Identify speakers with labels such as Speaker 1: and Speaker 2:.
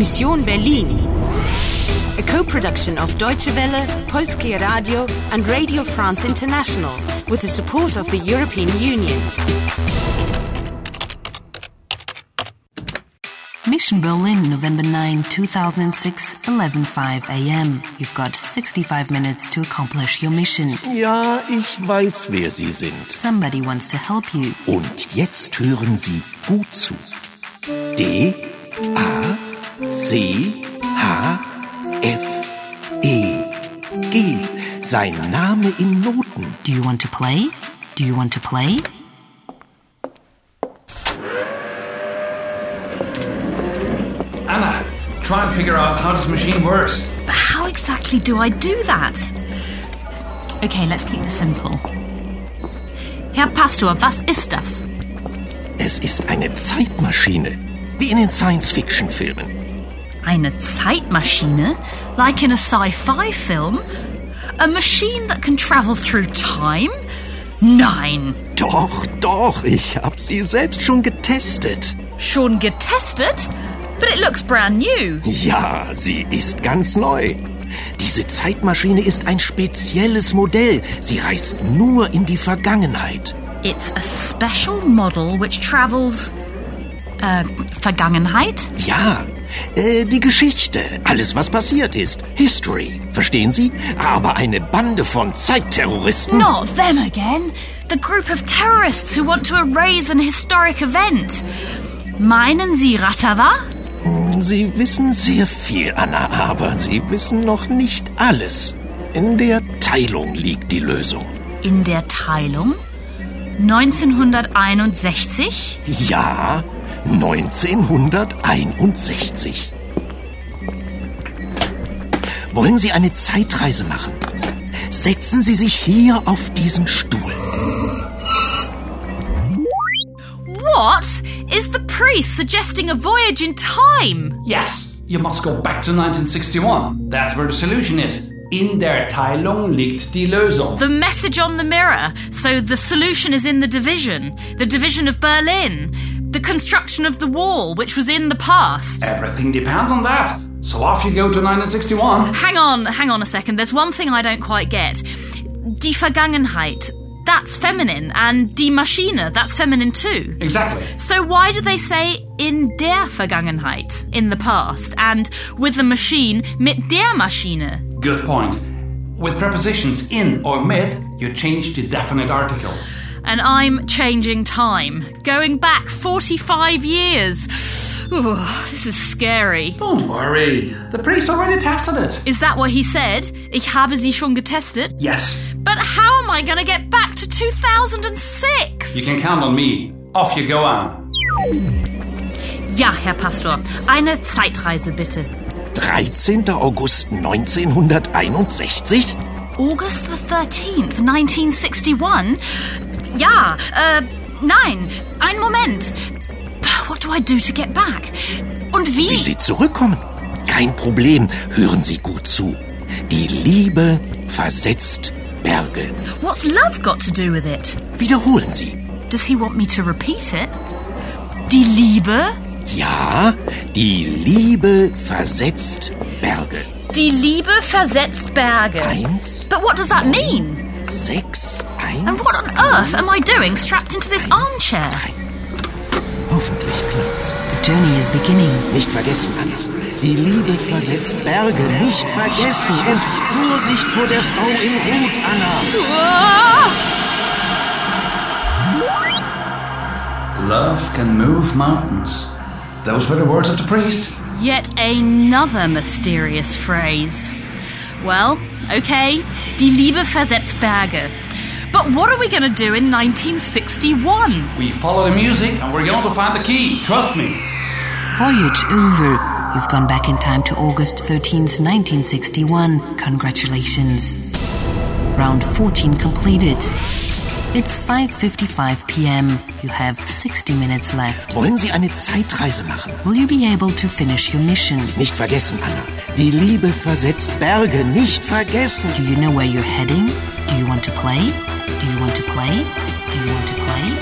Speaker 1: Mission Berlin. A co-production of Deutsche Welle, Polskie Radio and Radio France International with the support of the European Union.
Speaker 2: Mission Berlin, November 9, 2006, 11.05 a.m. You've got 65 minutes to accomplish your mission.
Speaker 3: Ja, ich weiß, wer Sie sind.
Speaker 2: Somebody wants to help you.
Speaker 3: Und jetzt hören Sie gut zu. D A C H F E G. Sein Name in Noten.
Speaker 2: Do you want to play? Do you want to play?
Speaker 4: Anna, try and figure out how this machine works.
Speaker 5: But how exactly do I do that? Okay, let's keep this simple. Herr Pastor, was ist das?
Speaker 3: Es ist eine Zeitmaschine. Wie in den Science-Fiction-Filmen.
Speaker 5: Eine Zeitmaschine? Like in a sci fi film? A machine that can travel through time? Nein!
Speaker 3: Doch, doch, ich hab sie selbst schon getestet.
Speaker 5: Schon getestet? But it looks brand new.
Speaker 3: Ja, sie ist ganz neu. Diese Zeitmaschine ist ein spezielles Modell. Sie reist nur in die Vergangenheit.
Speaker 5: It's a special model which travels. Uh, Vergangenheit?
Speaker 3: Ja, äh, die Geschichte, alles was passiert ist, History, verstehen Sie? Aber eine Bande von Zeitterroristen.
Speaker 5: Not them again. The group of terrorists who want to erase an historic event. Meinen Sie Ratava?
Speaker 3: Sie wissen sehr viel, Anna, aber Sie wissen noch nicht alles. In der Teilung liegt die Lösung.
Speaker 5: In der Teilung? 1961?
Speaker 3: Ja, 1961. Wollen Sie eine Zeitreise machen? Setzen Sie sich hier auf diesen Stuhl.
Speaker 5: What? Is the priest suggesting a voyage in time?
Speaker 4: Yes, you must go back to 1961. That's where the solution is. In der Teilung liegt die Lösung.
Speaker 5: The message on the mirror. So the solution is in the division. The division of Berlin. The construction of the wall, which was in the past.
Speaker 4: Everything depends on that. So off you go to 1961.
Speaker 5: Hang on, hang on a second. There's one thing I don't quite get. Die Vergangenheit. That's feminine. And die Maschine. That's feminine too.
Speaker 4: Exactly.
Speaker 5: So why do they say in der Vergangenheit, in the past, and with the machine, mit der Maschine?
Speaker 4: Good point. With prepositions in or mit, you change the definite article.
Speaker 5: And I'm changing time, going back 45 years. Ooh, this is scary.
Speaker 4: Don't worry, the priest already tested it.
Speaker 5: Is that what he said? Ich habe sie schon getestet.
Speaker 4: Yes,
Speaker 5: But how am I going to get back to 2006?
Speaker 4: you can count on me. Off you go, Anna.
Speaker 5: Ja, Herr Pastor, eine Zeitreise bitte.
Speaker 3: 13. August 1961?
Speaker 5: August the 13th, 1961? Ja, äh, nein, ein Moment. What do I do to get back? Und wie?
Speaker 3: Wie Sie zurückkommen? Kein Problem, hören Sie gut zu. Die Liebe versetzt Berge.
Speaker 5: What's love got to do with it?
Speaker 3: Wiederholen Sie.
Speaker 5: Does he want me to repeat it? Die Liebe?
Speaker 3: Ja, die Liebe versetzt Berge.
Speaker 5: Die Liebe versetzt Berge.
Speaker 3: Eins,
Speaker 5: But what does that mean?
Speaker 3: sechs, eins.
Speaker 5: And what on earth am I doing strapped into this armchair?
Speaker 3: Hoffentlich klappt's.
Speaker 2: The journey is beginning.
Speaker 3: Nicht vergessen, Anna. Die Liebe versetzt Berge. Nicht vergessen. Und Vorsicht vor der Frau im Rot, Anna.
Speaker 5: Ah!
Speaker 4: Love can move mountains. Those were the words of the priest.
Speaker 5: Yet another mysterious phrase. Well, okay, die Liebe versetzt Berge. But what are we going to do in 1961?
Speaker 4: We follow the music and we're going to find the key. Trust me.
Speaker 2: Voyage over. You've gone back in time to August 13th, 1961. Congratulations. Round 14 completed. It's 5:55 p.m. You have 60 minutes left.
Speaker 3: Wollen Sie eine Zeitreise machen?
Speaker 2: Will you be able to finish your mission?
Speaker 3: Nicht vergessen, Anna. Die Liebe versetzt Berge. Nicht vergessen.
Speaker 2: Do you know where you're heading? Do you want to play? Do you want to play? Do you want to play?